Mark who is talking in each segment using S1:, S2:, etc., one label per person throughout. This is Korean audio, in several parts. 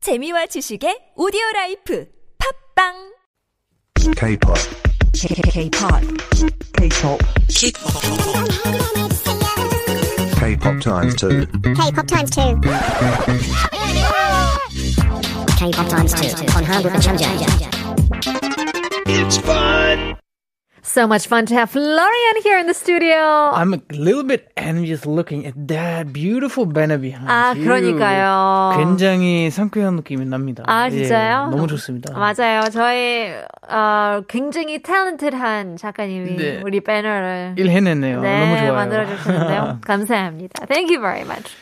S1: 재미와 지식의 오디오 라이프 팝빵
S2: K-pop,
S3: K-pop, K-pop,
S2: K-pop times two.
S4: K-pop times two. K-pop times two on Hangul Chanja.
S5: So much fun to have Florian here in the studio.
S6: I'm a little bit envious looking at that beautiful banner behind
S5: 아,
S6: you.
S5: 그러니까요.
S6: 굉장히 상쾌한 느낌이 납니다.
S5: 아, 진짜요?
S6: 예, 너무 좋습니다.
S5: 맞아요. 저희 어, 굉장히 탤런트한 작가님이
S6: 네.
S5: 우리 배너를
S6: 일 해냈네요. 너무
S5: 네,
S6: 좋아요.
S5: 만들어 주셨는데요. 감사합니다. Thank you very much.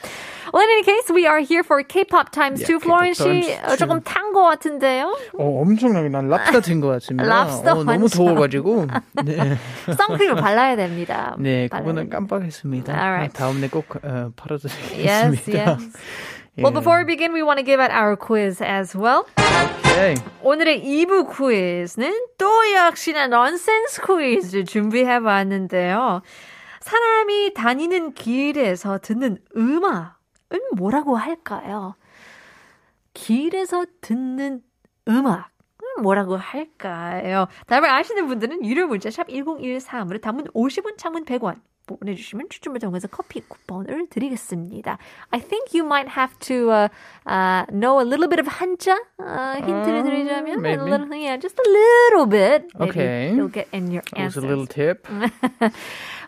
S5: Well, in any case, we are here for K-pop Times
S6: Yeah,
S5: 2. Florian
S6: K-pop
S5: 씨,
S6: Times
S5: 어, 조금 탄 것 같은데요?
S6: 어, 엄청나게 난 랍스터 된 것 같습니다.
S5: 랍스터
S6: 어, 너무
S5: 완전.
S6: 더워가지고. 네,
S5: 선크림을 발라야 됩니다.
S6: 네
S5: 발라야
S6: 그거는
S5: 됩니다.
S6: 깜빡했습니다.
S5: Alright.
S6: 아, 다음에 꼭 어,
S5: Yes,
S6: 팔아드리겠습니다.
S5: yes.
S6: 예.
S5: Well, before we begin, we want to give out our quiz as well.
S6: 오케이.
S5: 오늘의 2부 퀴즈는 또 역시나 넌센스 퀴즈 준비해봤는데요. 사람이 다니는 길에서 듣는 음악은 뭐라고 할까요? 길에서 듣는 음악. 은 뭐라고 할까요? 답을 아시는 분들은 유료 문자 샵 1013으로 담은 50원, 창문 100원 보내주시면 추첨을 통해서 커피 쿠폰을 드리겠습니다. I think you might have to uh, uh, know a little bit of 한자 uh, 힌트를
S6: Um,
S5: 드리자면
S6: maybe.
S5: a little, yeah, just a little bit. Maybe
S6: Okay.
S5: You'll get in your
S6: That was a
S5: answers.
S6: little tip.
S5: Mm-hmm.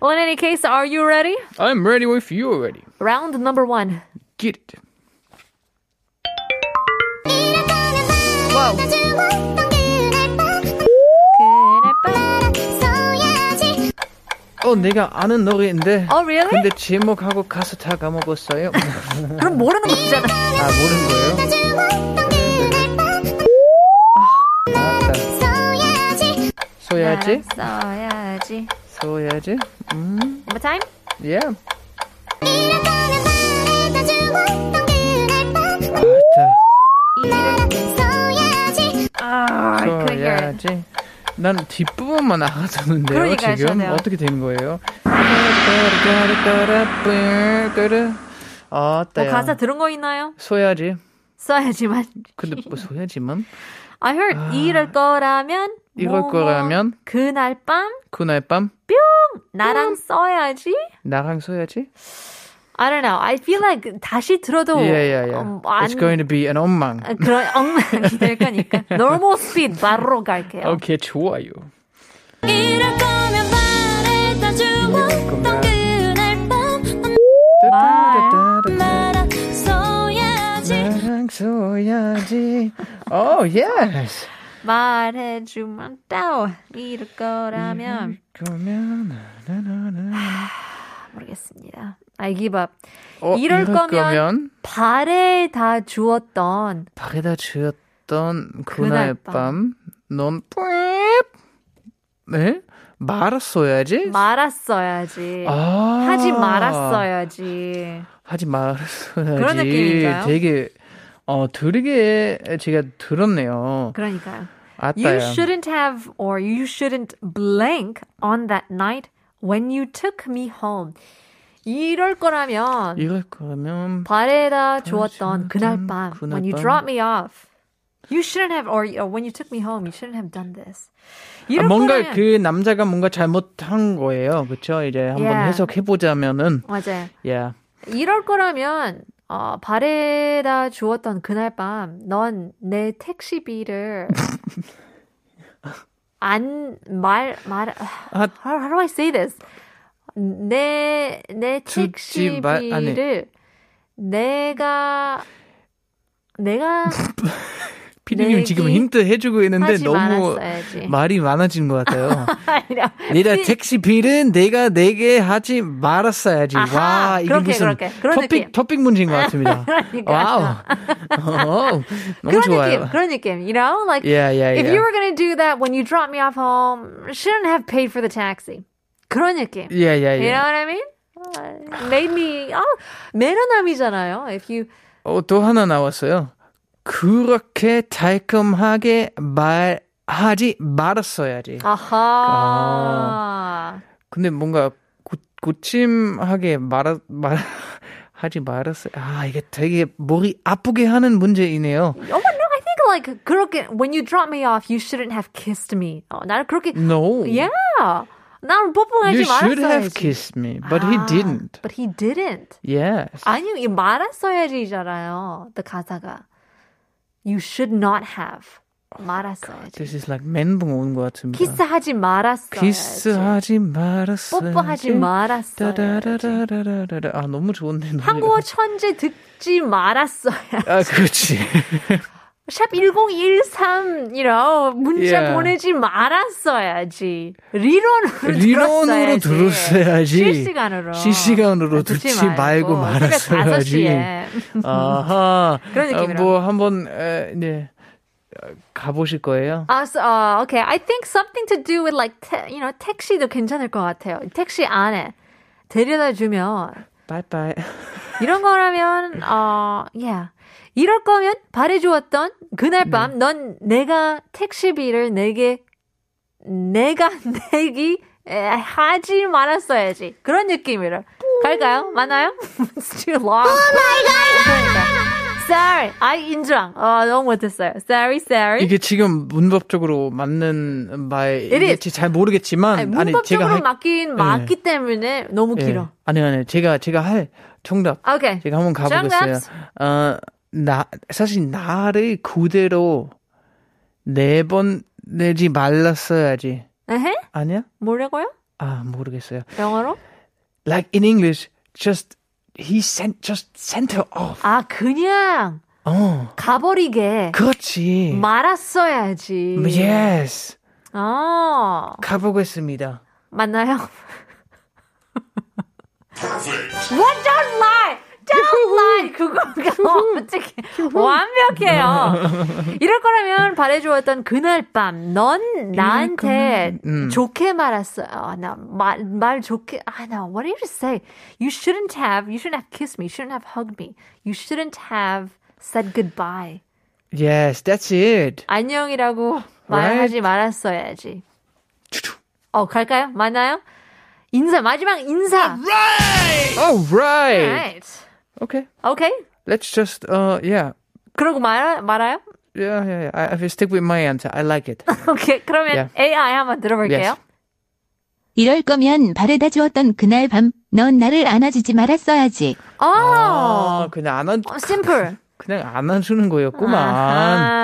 S5: well, in any case, are you ready?
S6: I'm ready with you already.
S5: Round number one.
S6: Get it. 어, 내가 아는 노래인데.
S5: Oh, really?
S6: 근데 제목하고 가수 다 까먹었어요.
S5: 그럼 모르는 거 있잖아.
S6: 아 모르는 거예요? 아, 맞다. 소야지,
S5: 써야지.
S6: 소야지.
S5: One more time.
S6: 예. 아, 맞다.
S5: 아, I couldn't hear it.
S6: 소야지. 난 뒷부분만 알아듣는데요
S5: 그러니까요,
S6: 지금
S5: 저도요.
S6: 어떻게 되는 거예요? 따라따라따라따라따라. 아,
S5: 뭐
S6: 어때요?
S5: 가사 들은 거 있나요?
S6: 소야지.
S5: 써야지만.
S6: 근데 뭐 소야지만
S5: I heard 이럴 거라면
S6: 아. 이럴
S5: 뭐,
S6: 거라면?
S5: 뭐, 그날 밤
S6: 그날 밤 음.
S5: 나랑 써야지.
S6: 나랑 소야지.
S5: I don't know. I feel like 다시 들어도
S6: 예, 예, 예.
S5: 음, 안
S6: It's going to be an 엉망.
S5: 아, 그런 엉망이 될 거니까 normal speed 바로 갈게요.
S6: 오케이, 좋아요.
S5: 말.
S6: 나랑 써야지. Oh, 오, 예스.
S5: 말해주면 따오
S6: 음.
S5: 이럴 거라면
S6: 그러면 나나나나.
S5: 모르겠습니다. I give up.
S6: 어,
S5: 이럴 거면 발에 다 주었던
S6: 발에다 주었던
S5: 그날
S6: 그날 밤, 넌 뿌앱. 네? 말았어야지.
S5: 말았어야지.
S6: 아.
S5: 하지 말았어야지.
S6: 하지 말았어야지.
S5: 그런 느낌인가요?
S6: 되게 어 들게 제가 들었네요.
S5: 그러니까요. You
S6: 아따요.
S5: shouldn't have or you shouldn't blank on that night when you took me home. 이럴 거라면
S6: 이럴 거면 아,
S5: 발에다
S6: 주었던
S5: 주었던 그날 밤
S6: 그날
S5: when you
S6: 밤.
S5: dropped me off. You shouldn't have or, or when you took me home, you shouldn't have done this.
S6: 아,
S5: 이럴
S6: 뭔가
S5: 거라면-
S6: 그 남자가 뭔가 잘못한 거예요. 그렇죠? 이제 한번
S5: Yeah.
S6: 해석해 보자면은
S5: 맞아요.
S6: 예.
S5: 이럴 거라면 어, 발에다 주었던 그날 밤, 넌 내 택시비를 안 말 말.
S6: 아.
S5: How, how do I say this? 내 내
S6: 주지 말- 아니.
S5: 택시비를 내가 내가
S6: 피디님
S5: 내기
S6: 지금 힌트 해주고 있는데
S5: 하지
S6: 너무
S5: 말았어야지.
S6: 말이 많아진 것 같아요.
S5: 아니라
S6: 내가 택시 비는 내가 내게 하지 말았어야지.
S5: 아하,
S6: 와 이게
S5: 그렇게,
S6: 무슨
S5: 그렇게. 그런 느낌.
S6: 토픽 토픽 문제인 것 같습니다.
S5: 그러니까.
S6: 와우, 어, 너무
S5: 그런
S6: 좋아요. 예,
S5: 느낌, 그런 느낌. You know, like
S6: Yeah, yeah,
S5: if
S6: yeah.
S5: you were gonna do that when you dropped me off home, shouldn't have paid for the taxi. 그런 느낌.
S6: Yeah, yeah,
S5: You know
S6: yeah.
S5: what I mean? Uh, made me. 아, 매너남이잖아요. If you
S6: 어, 또 하나 나왔어요. 그렇게 달콤하게 말하지 말았어야지.
S5: 아. 아하.
S6: 근데 뭔가 고, 침하게 말하, 말, 하지 말았어요. 아, 이게 되게 목이 아프게 하는 문제이네요.
S5: Oh, no, I think like 그렇게 when you drop me off, you shouldn't have kissed me. 어, 나를 그렇게
S6: No.
S5: Yeah. 나를 예? 뽀뽀하지
S6: You should have
S5: 말았어야지.
S6: kissed me, but he
S5: 아,
S6: didn't.
S5: But he didn't.
S6: Yes.
S5: 아니, 이 말았어야지잖아요. 그 가사가. You should not have.
S6: Oh
S5: 말았어야지.
S6: This is like 멘붕 온것 같습니다.
S5: 음. 키스하지 말았어야지.
S6: 키스하지 음. 말았어요.
S5: 뽀뽀하지 말았어야지.
S6: 따다라라라라라. 아 너무 좋은데 노래가.
S5: 한국어 천재 듣지 말았어야.
S6: 아 그렇지.
S5: 샵 1013, you know, 문자
S6: Yeah.
S5: 보내지 말았어야지. 리론으로
S6: 리론으로 들었어야지.
S5: 실시간으로.
S6: 실시간으로 듣지 말고 말았어야지.
S5: 새벽 5시에. 음.
S6: 아하.
S5: 그런 느낌이라.
S6: 뭐 한번 에, 네 어, 가보실 거예요.
S5: 아, so, 어, okay. I think something to do with like, te, you know, 택시도 괜찮을 것 같아요. 택시 안에 데려다 주면
S6: 바이바이.
S5: 이런 거라면 어, yeah. 이럴 거면 바래 주었던
S6: 네.
S5: 그날 밤 넌 내가 택시비를 내게 내가 내기 에, 하지 말았어야지. 그런 느낌으로. 갈까요? 맞나요? It's too long. 그러니까. Sorry. 아, 인정. 어, 너무 못했어요. Sorry, sorry.
S6: 이게 지금 문법적으로 맞는
S5: It
S6: 말일지
S5: is.
S6: 잘 모르겠지만
S5: 아니, 문법적으로
S6: 할- 네.
S5: 맞긴 맞기 때문에 너무
S6: 예.
S5: 길어.
S6: 아니 아니 제가 제가 할 정답
S5: 아, 오케이.
S6: 제가 한번 가보겠어요. 어나 사실 나를 그대로 네 번 내지 말랐어야지.
S5: 에헤?
S6: 아니야?
S5: 네? 뭐라고요?
S6: 아 모르겠어요.
S5: 영어로?
S6: Like in English, just he sent just sent her off.
S5: 아, 그냥
S6: 어
S5: 가버리게.
S6: 그렇지.
S5: 말았어야지.
S6: 예. Yes.
S5: 어,
S6: 가보겠습니다.
S5: 맞나요? What don't lie! Don't lie! 그거 어떻게 완벽해요. 뭐 이럴 거라면 바래주었던 그날 밤, 넌 나한테
S6: 음.
S5: 좋게 말았어. 아, 나말 말 좋게. 아, 나 what did you say? You shouldn't have. You shouldn't have kissed me. You shouldn't have hugged me. You shouldn't have said goodbye.
S6: Yes, that's it.
S5: 안녕이라고 말하지 말았어야지. 어, 갈까요? 맞나요? 인사, 마지막 인사.
S6: All right.
S5: Right.
S6: Okay.
S5: Okay.
S6: Let's just uh yeah.
S5: 그러고 말, 말아요?
S6: Yeah, yeah, yeah. I, I will stick with my answer. I like it.
S5: 오케이. 그러면
S6: Yeah.
S5: AI 한번 들어볼게요.
S6: Yes.
S7: 이럴 거면 바래다 주었던 그날 밤, 넌 나를 안아주지 말았어야지.
S5: 어,
S6: 아, 그냥 안 한,
S5: 어, simple.
S6: 그냥 안 해주는 거였구만.
S5: 아하.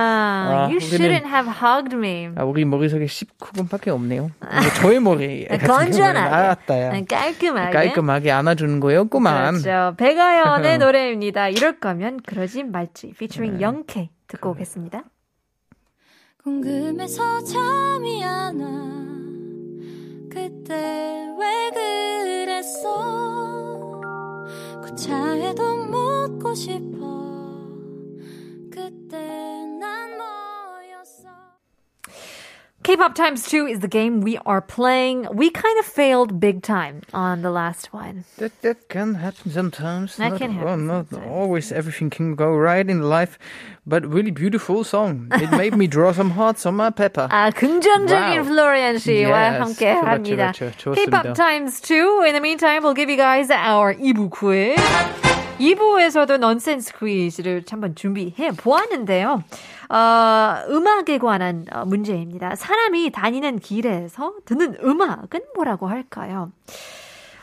S6: 아,
S5: you
S6: 우리는-
S5: shouldn't have hugged me.
S6: 아, 우리 머리속에 19분밖에 없네요. 뭐 저의 머리 같은 경우는
S5: 건전하게.
S6: 알았다야.
S5: 깔끔하게.
S6: 깔끔하게 안아주는 거였구만.
S5: 그렇죠. 백아연의 노래입니다. 이럴 거면 그러지 말지. featuring
S6: 네.
S5: 영케 듣고 오겠습니다.
S8: 궁금해서 잠이 안 와. 그때 왜 그랬어? 고차에도 묻고 싶어. 그때 난 뭐였어?
S5: K-pop times two is the game we are playing. We kind of failed big time on the last one.
S6: That, that can happen sometimes.
S5: That
S6: not,
S5: can happen
S6: well, Not
S5: sometimes.
S6: always everything can go right in life, but really beautiful song. It made me draw some hearts on my pepper.
S5: 아, 긍정적인
S6: Wow.
S5: 플로리안 씨와
S6: Yes.
S5: 함께
S6: 그렇죠,
S5: 합니다.
S6: 그렇죠. 좋습니다.
S5: K-pop times two. In the meantime, we'll give you guys our 2부 quiz. 2부에서도 넌센스 퀴즈를 한번 준비해 보았는데요. 어, 음악에 관한 어, 문제입니다. 사람이 다니는 길에서 듣는 음악은 뭐라고 할까요?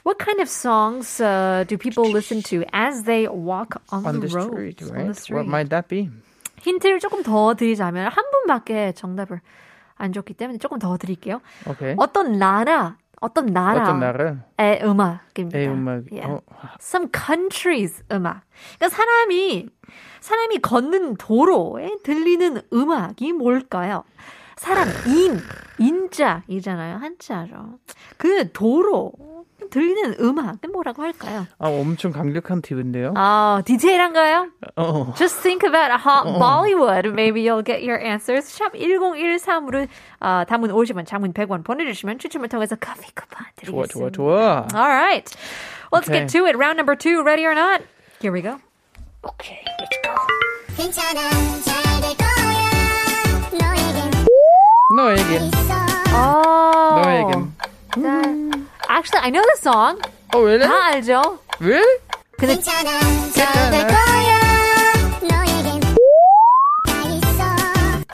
S5: What kind of songs uh, do people listen to as they walk on,
S6: on the
S5: road?
S6: street, right?
S5: On the street.
S6: What might that be?
S5: 힌트를 조금 더 드리자면 한 분밖에 정답을 안 줬기 때문에 조금 더 드릴게요.
S6: Okay.
S5: 어떤 나라, 어떤
S6: 네. 어떤
S5: 나라의
S6: 나라?
S5: 음악입니다.
S6: 에 음악.
S5: Yeah.
S6: 어,
S5: Some countries 음악. 그러니까 사람이 사람이 걷는 도로에 들리는 음악이 뭘까요? 사람 인 인자이잖아요 한자로. 그 도로 들리는 음악은 뭐라고 할까요?
S6: 아, 엄청 강력한 팁인데요.
S5: 아 디테일한가요?
S6: 어.
S5: Just think about how
S6: Mm.
S5: Bollywood. Maybe you'll get your answers. 샵 1013으로 아, 담은 50원, 장문 100원 보내주시면 추첨을 통해서 커피 쿠폰
S6: 좋아,
S5: 드리겠습니다.
S6: 좋아, 좋아.
S5: All right. Let's get to
S6: Okay.
S5: it. Round number two. Ready or not? Here we go.
S9: 괜찮아 잘 될 거야 너에겐
S6: 너에게,
S5: Oh.
S6: 너에게.
S5: Actually, I know the song.
S6: 어, 왜?
S5: 다 알죠?
S6: 왜?
S5: 근데
S9: 괜찮아 잘될 거야 너에겐 다 있어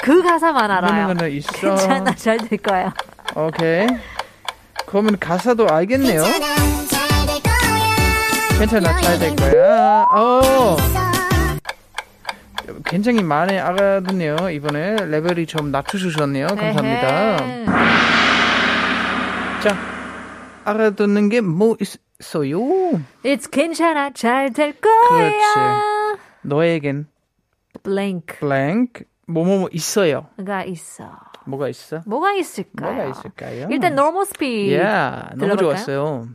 S5: 그 가사만 알아요.
S6: 하나 있어.
S5: 괜찮아, 잘 될 거야.
S6: 오케이. 그러면 가사도 알겠네요.
S9: 괜찮아 잘 될 거야
S6: 괜찮아, 잘 될 거야. 어,
S9: 있어
S6: 굉장히 많이 알아듣네요. 이번에 레벨이 좀 낮춰주셨네요. 감사합니다.
S5: 에헤.
S6: 자, 알아듣는 게 뭐 있어요?
S5: It's 괜찮아, 잘 될 거야.
S6: 너에겐
S5: 블랭크가
S6: blank 뭐뭐뭐 있어요.
S5: 있어.
S6: 뭐가 있어?
S5: 뭐가 있을까요?
S6: 뭐가 있을까요?
S5: 아. 일단 normal speed.
S6: yeah, 너무
S5: 들어볼까요?
S6: 좋았어요.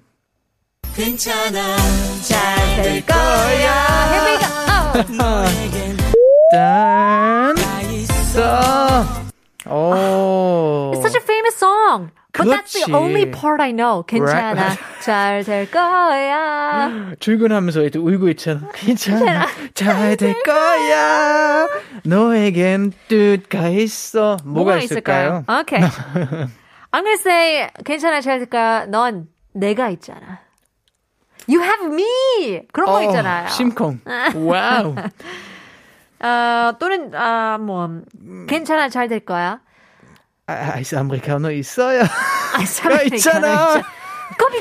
S5: 될 거야. Here we go. 어.
S6: 짠 있어. 오.
S5: It's such a famous song. But that's the
S6: 그렇지.
S5: only part I know. 괜찮아. 잘 될
S6: 음,
S5: 거야.
S6: 출근하면서 이제 울고 있잖아. 괜찮아. 잘 될 거야. 너에겐 뜻가 있어. 뭐가, 있을까요?
S5: Okay. I'm gonna say 괜찮아 잘 될 거야. 넌 내가 있잖아. You have me. 그런 거 있잖아요.
S6: 어, 심쿵. 와우.
S5: 아, 또는 아, 뭐
S6: 음.
S5: 괜찮아 잘 될 거야.
S6: 아, 아이스 아메리카노 있어요.
S5: 아,
S6: 야,
S5: 사람이
S6: 있잖아.
S5: 커피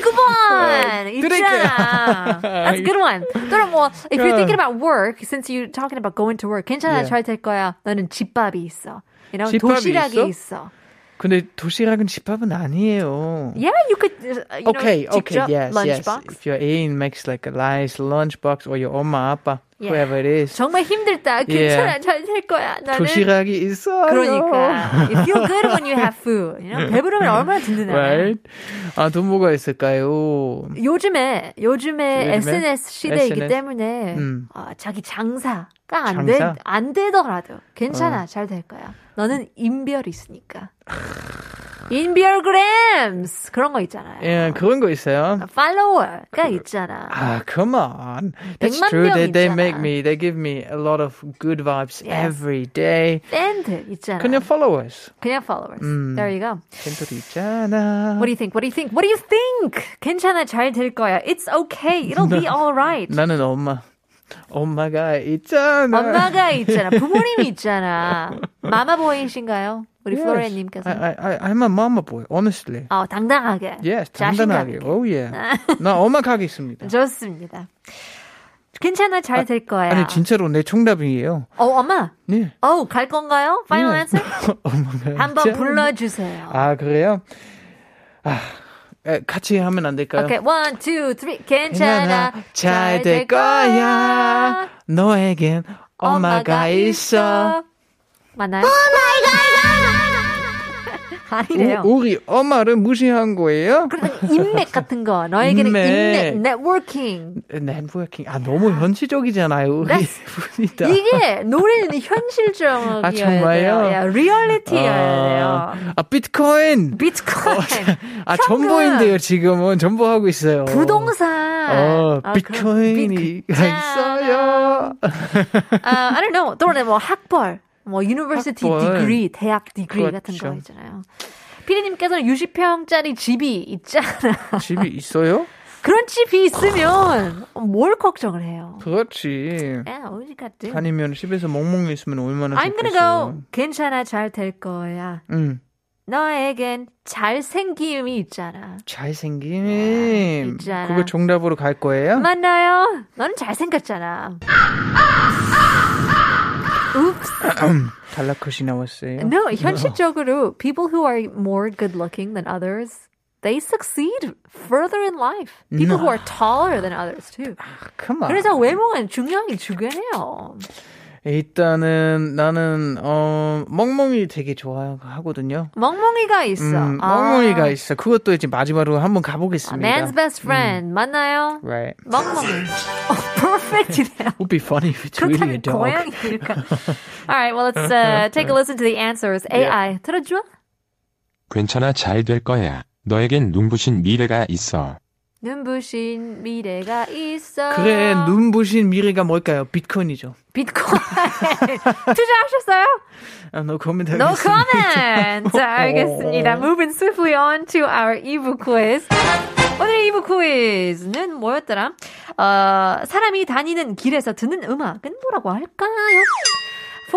S5: 쿠폰 있잖아. That's a good one. 또는 뭐 if you're thinking about work, since you're talking about going to work, 괜찮아
S6: Yeah.
S5: 잘 될 거야. 너는 집밥이 있어. You know,
S6: 집밥이
S5: 도시락이 있어?
S6: 근데 도시락은 집밥은 아니에요.
S5: Yeah, you could. uh, You
S6: Okay,
S5: know,
S6: okay,
S5: 예, 직접
S6: yes,
S5: lunchbox.
S6: yes. If your aunt makes like a nice lunchbox or your 엄마, 아빠,
S5: Yeah.
S6: whoever it is,
S5: 정말 힘들다. 괜찮아 잘 될 거야. 나는
S6: 도시락이 있어요.
S5: 그러니까 you feel good when you have food. You know? 배부르면 얼마나 든든해.
S6: right? 아, 또 뭐가 있을까요?
S5: 요즘에 요즘에
S6: 요즘에?
S5: SNS 시대이기
S6: SNS?
S5: 때문에
S6: 음.
S5: 어, 자기 장사가 안,
S6: 장사? 어.
S5: 되, 안 되더라도 괜찮아 잘 될 거야. 너는 인별이 있으니까. 인별그램스 그런 거 있잖아요.
S6: 예, 그런 거 있어요.
S5: 팔로워가 있잖아.
S6: Ah, come on. That's
S5: 백만
S6: true. They, they
S5: 명이잖아.
S6: make me, they give me a lot of good vibes
S5: Yes.
S6: every day.
S5: 밴드 있잖아.
S6: 그냥 음. followers.
S5: 그냥 followers. There you go.
S6: 팬들이 있잖아.
S5: What do you think? What do you think? What do you think? 괜찮아 잘 될 거야. It's okay. It'll be all right.
S6: 나는 엄마. 엄마가 있잖아.
S5: 엄마가 있잖아. 부모님이 있잖아. 마마보이신가요? 우리
S6: Yes. 아,
S5: 플로렌님께서.
S6: I, I, I, I'm a mama boy, honestly.
S5: 어, 당당하게.
S6: Yes,
S5: 자신감
S6: 단단하게.
S5: 있게. 아.
S6: Oh, yeah. 나 엄마 가겠습니다.
S5: 좋습니다. 괜찮아, 잘 될 거야.
S6: 아니, 진짜로 내 정답이에요.
S5: 어, 엄마.
S6: 네.
S5: 어, 갈 건가요? 파이널
S6: 네.
S5: answer?
S6: 엄마가
S5: 한번
S6: 있잖아.
S5: 불러주세요.
S6: 아, 그래요? 아, 에, 같이 하면 안 될까요?
S5: 오케이, 원, 투, 쓰리. 괜찮아,
S6: 어. 괜찮아 잘 될 거야 너에겐 엄마가 있어
S5: 맞나요? 아니래요.
S6: 우, 우리 엄마를 무시한 거예요?
S5: 그러니까 인맥 같은 거. 너에게는
S6: 인맥.
S5: 인맥, 네트워킹.
S6: 네트워킹 아 너무 현실적이잖아요 우리
S5: That's-
S6: 분이다
S5: 네. 이게 노래는 현실적이어야
S6: 아, 정말요?
S5: 돼요. 야, 리얼리티여야 돼요.
S6: 아 비트코인
S5: 비트코인,
S6: 아
S5: 현금,
S6: 전보인데요 지금은 전보하고 있어요
S5: 부동산,
S6: 어,
S5: 아,
S6: 비트코인이
S5: 그런 비트-
S6: 있어요
S5: 아, I don't know. 또는 뭐 학벌, 뭐 university
S6: 학벌.
S5: degree, 대학 degree 같은 거
S6: 그렇죠.
S5: 있잖아요. 피디님께서는 60평짜리 집이 있잖아.
S6: 집이 있어요?
S5: 그런 집이 있으면 뭘 걱정을 해요?
S6: 그렇지
S5: 야, 어디 갔지?
S6: 아니면 집에서 멍멍이 있으면 얼마나
S5: I'm gonna
S6: 좋겠어요 음.
S5: go. 괜찮아, 잘 될 거야.
S6: 응
S5: 너에겐 잘생김이 있잖아.
S6: 잘생김.
S5: 있잖아.
S6: 그거 정답으로 갈 거예요?
S5: 맞나요? 너는 잘생겼잖아. 아, Oops.
S6: 달라컷이 나왔어요.
S5: No, 현실적으로 people who are more good looking than others, they succeed further in life. People who are taller than others too.
S6: Come on.
S5: 그래서 외모는 중요하게 중요해요.
S6: 일단은 나는 어 멍멍이 되게 좋아하거든요.
S5: 멍멍이가 있어.
S6: 음,
S5: 아.
S6: 멍멍이가 있어. 그것도 이제 마지막으로 한번 가보겠습니다.
S5: Man's best friend 맞나요?
S6: Right.
S5: 멍멍이. 어, perfect이네요.
S6: Would be funny if it's really a
S5: 그렇다면
S6: dog.
S5: 고양이니까. Alright, well let's uh, take a listen to the answers. AI 들어줘.
S10: 괜찮아 잘 될 거야. 너에겐 눈부신 미래가 있어.
S5: 눈부신 미래가 있어.
S6: 그래 눈부신 미래가 뭘까요? 비트코인이죠.
S5: 비트코인 투자하셨어요?
S6: 아, no comment. 하겠습니다. 어.
S5: No comment. 자, 알겠습니다. Moving swiftly on to our 2부 quiz. 오늘의 2부 quiz는 뭐였더라? 어, 사람이 다니는 길에서 듣는 음악은 뭐라고 할까요?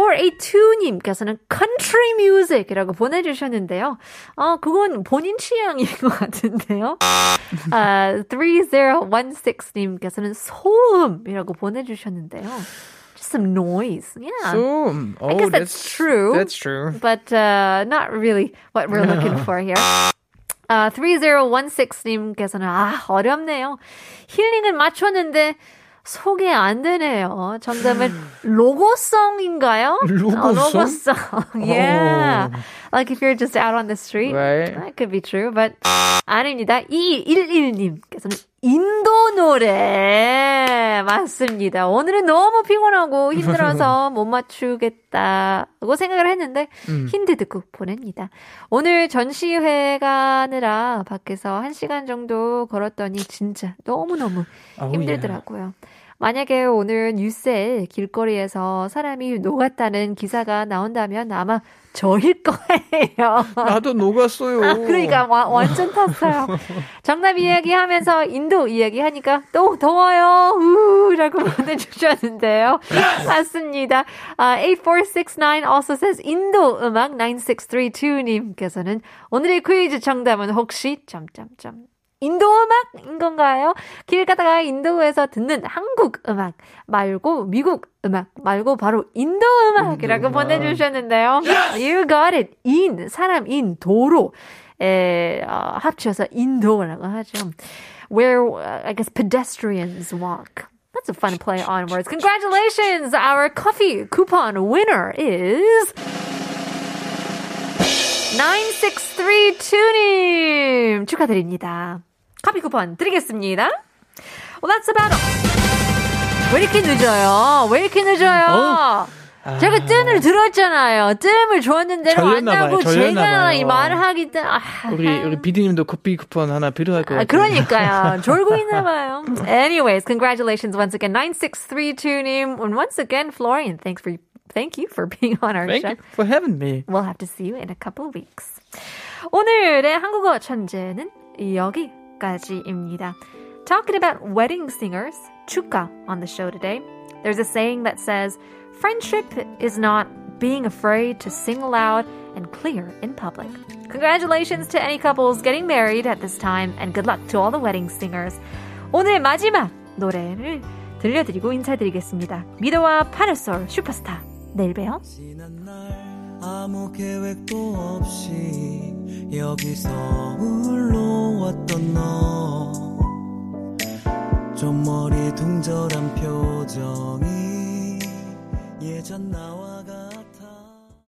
S5: 482님께서는 country music이라고 보내주셨는데요. 어, 그건 본인 취향인 것 같은데요. 아, 3016님께서는 소음이라고 보내주셨는데요. Just some noise. Yeah.
S6: Zoom. Oh,
S5: I guess that's, true.
S6: That's true.
S5: but uh, not really what we're looking for here. 아, 3016님께서는, 아, 어렵네요. 힐링은 맞췄는데, 소개 안 되네요. 정답은 로고송인가요? 어,
S6: 로고송?
S5: 로고송. yeah. Like if you're just out on the street.
S6: Right.
S5: That could be true, but 아닙니다. 2211님께서는 인도 노래. 맞습니다. 오늘은 너무 피곤하고 힘들어서 못 맞추겠다고 생각을 했는데
S6: 음.
S5: 힌트 듣고 보냅니다. 오늘 전시회가 하느라 밖에서 1시간 정도 걸었더니 진짜 너무너무
S6: Oh, yeah.
S5: 힘들더라고요. 만약에 오늘 뉴스에 길거리에서 사람이 녹았다는 기사가 나온다면 아마 저일 거예요.
S6: 나도 녹았어요.
S5: 아, 그러니까 와- 완전 탔어요. 정답 이야기하면서 인도 이야기하니까 또 더워요. 우라고 보내주셨는데요. 맞습니다. 아, 8469 also says 인도 음악 9632님께서는 오늘의 퀴즈 정답은 혹시 점점점 인도 음악인 건가요? 길 가다가 인도에서 듣는 한국 음악 말고 미국 음악 말고 바로 인도 음악이라고
S6: 음악.
S5: 보내주셨는데요. You got it. 인 사람 인 도로 에 어, 합쳐서 인도라고 하죠. Where uh, I guess pedestrians walk. That's a fun play on words. Congratulations! Our coffee coupon winner is 9632님 축하드립니다. 커피 쿠폰 드리겠습니다. Well, that's about all. 왜 이렇게 늦어요? 왜 이렇게 늦어요? 제가 뜸을 들었잖아요. 뜸을 줬는데도 안
S6: 절렸나 아. 봐요.
S5: 나고
S6: 절렸나
S5: 제가
S6: 봐요.
S5: 이 말을 하기 때문에 아,
S6: 우리 우리 비디님도 커피 쿠폰 하나 필요할 것
S5: 아,
S6: 같아요.
S5: 그러니까요. 졸고 있나 봐요. Anyways, congratulations once again 9632님 and once again Florian, thanks for thank you for being on our
S6: Thank
S5: show.
S6: you for having me.
S5: We'll have to see you in a couple of weeks. 오늘의 한국어 천재는 여기까지입니다. Talking about wedding singers, 축가 on the show today. There's a saying that says, friendship is not being afraid to sing loud and clear in public. Congratulations to any couples getting married at this time and good luck to all the wedding singers. 오늘 마지막 노래를 들려드리고 인사드리겠습니다. 미도와 파르솔 슈퍼스타. 내일 봬요.
S10: 지난 날 아무 계획도 없이 여기서 울러 왔던 너 좀 머리 둥절한 표정이 예전 나와가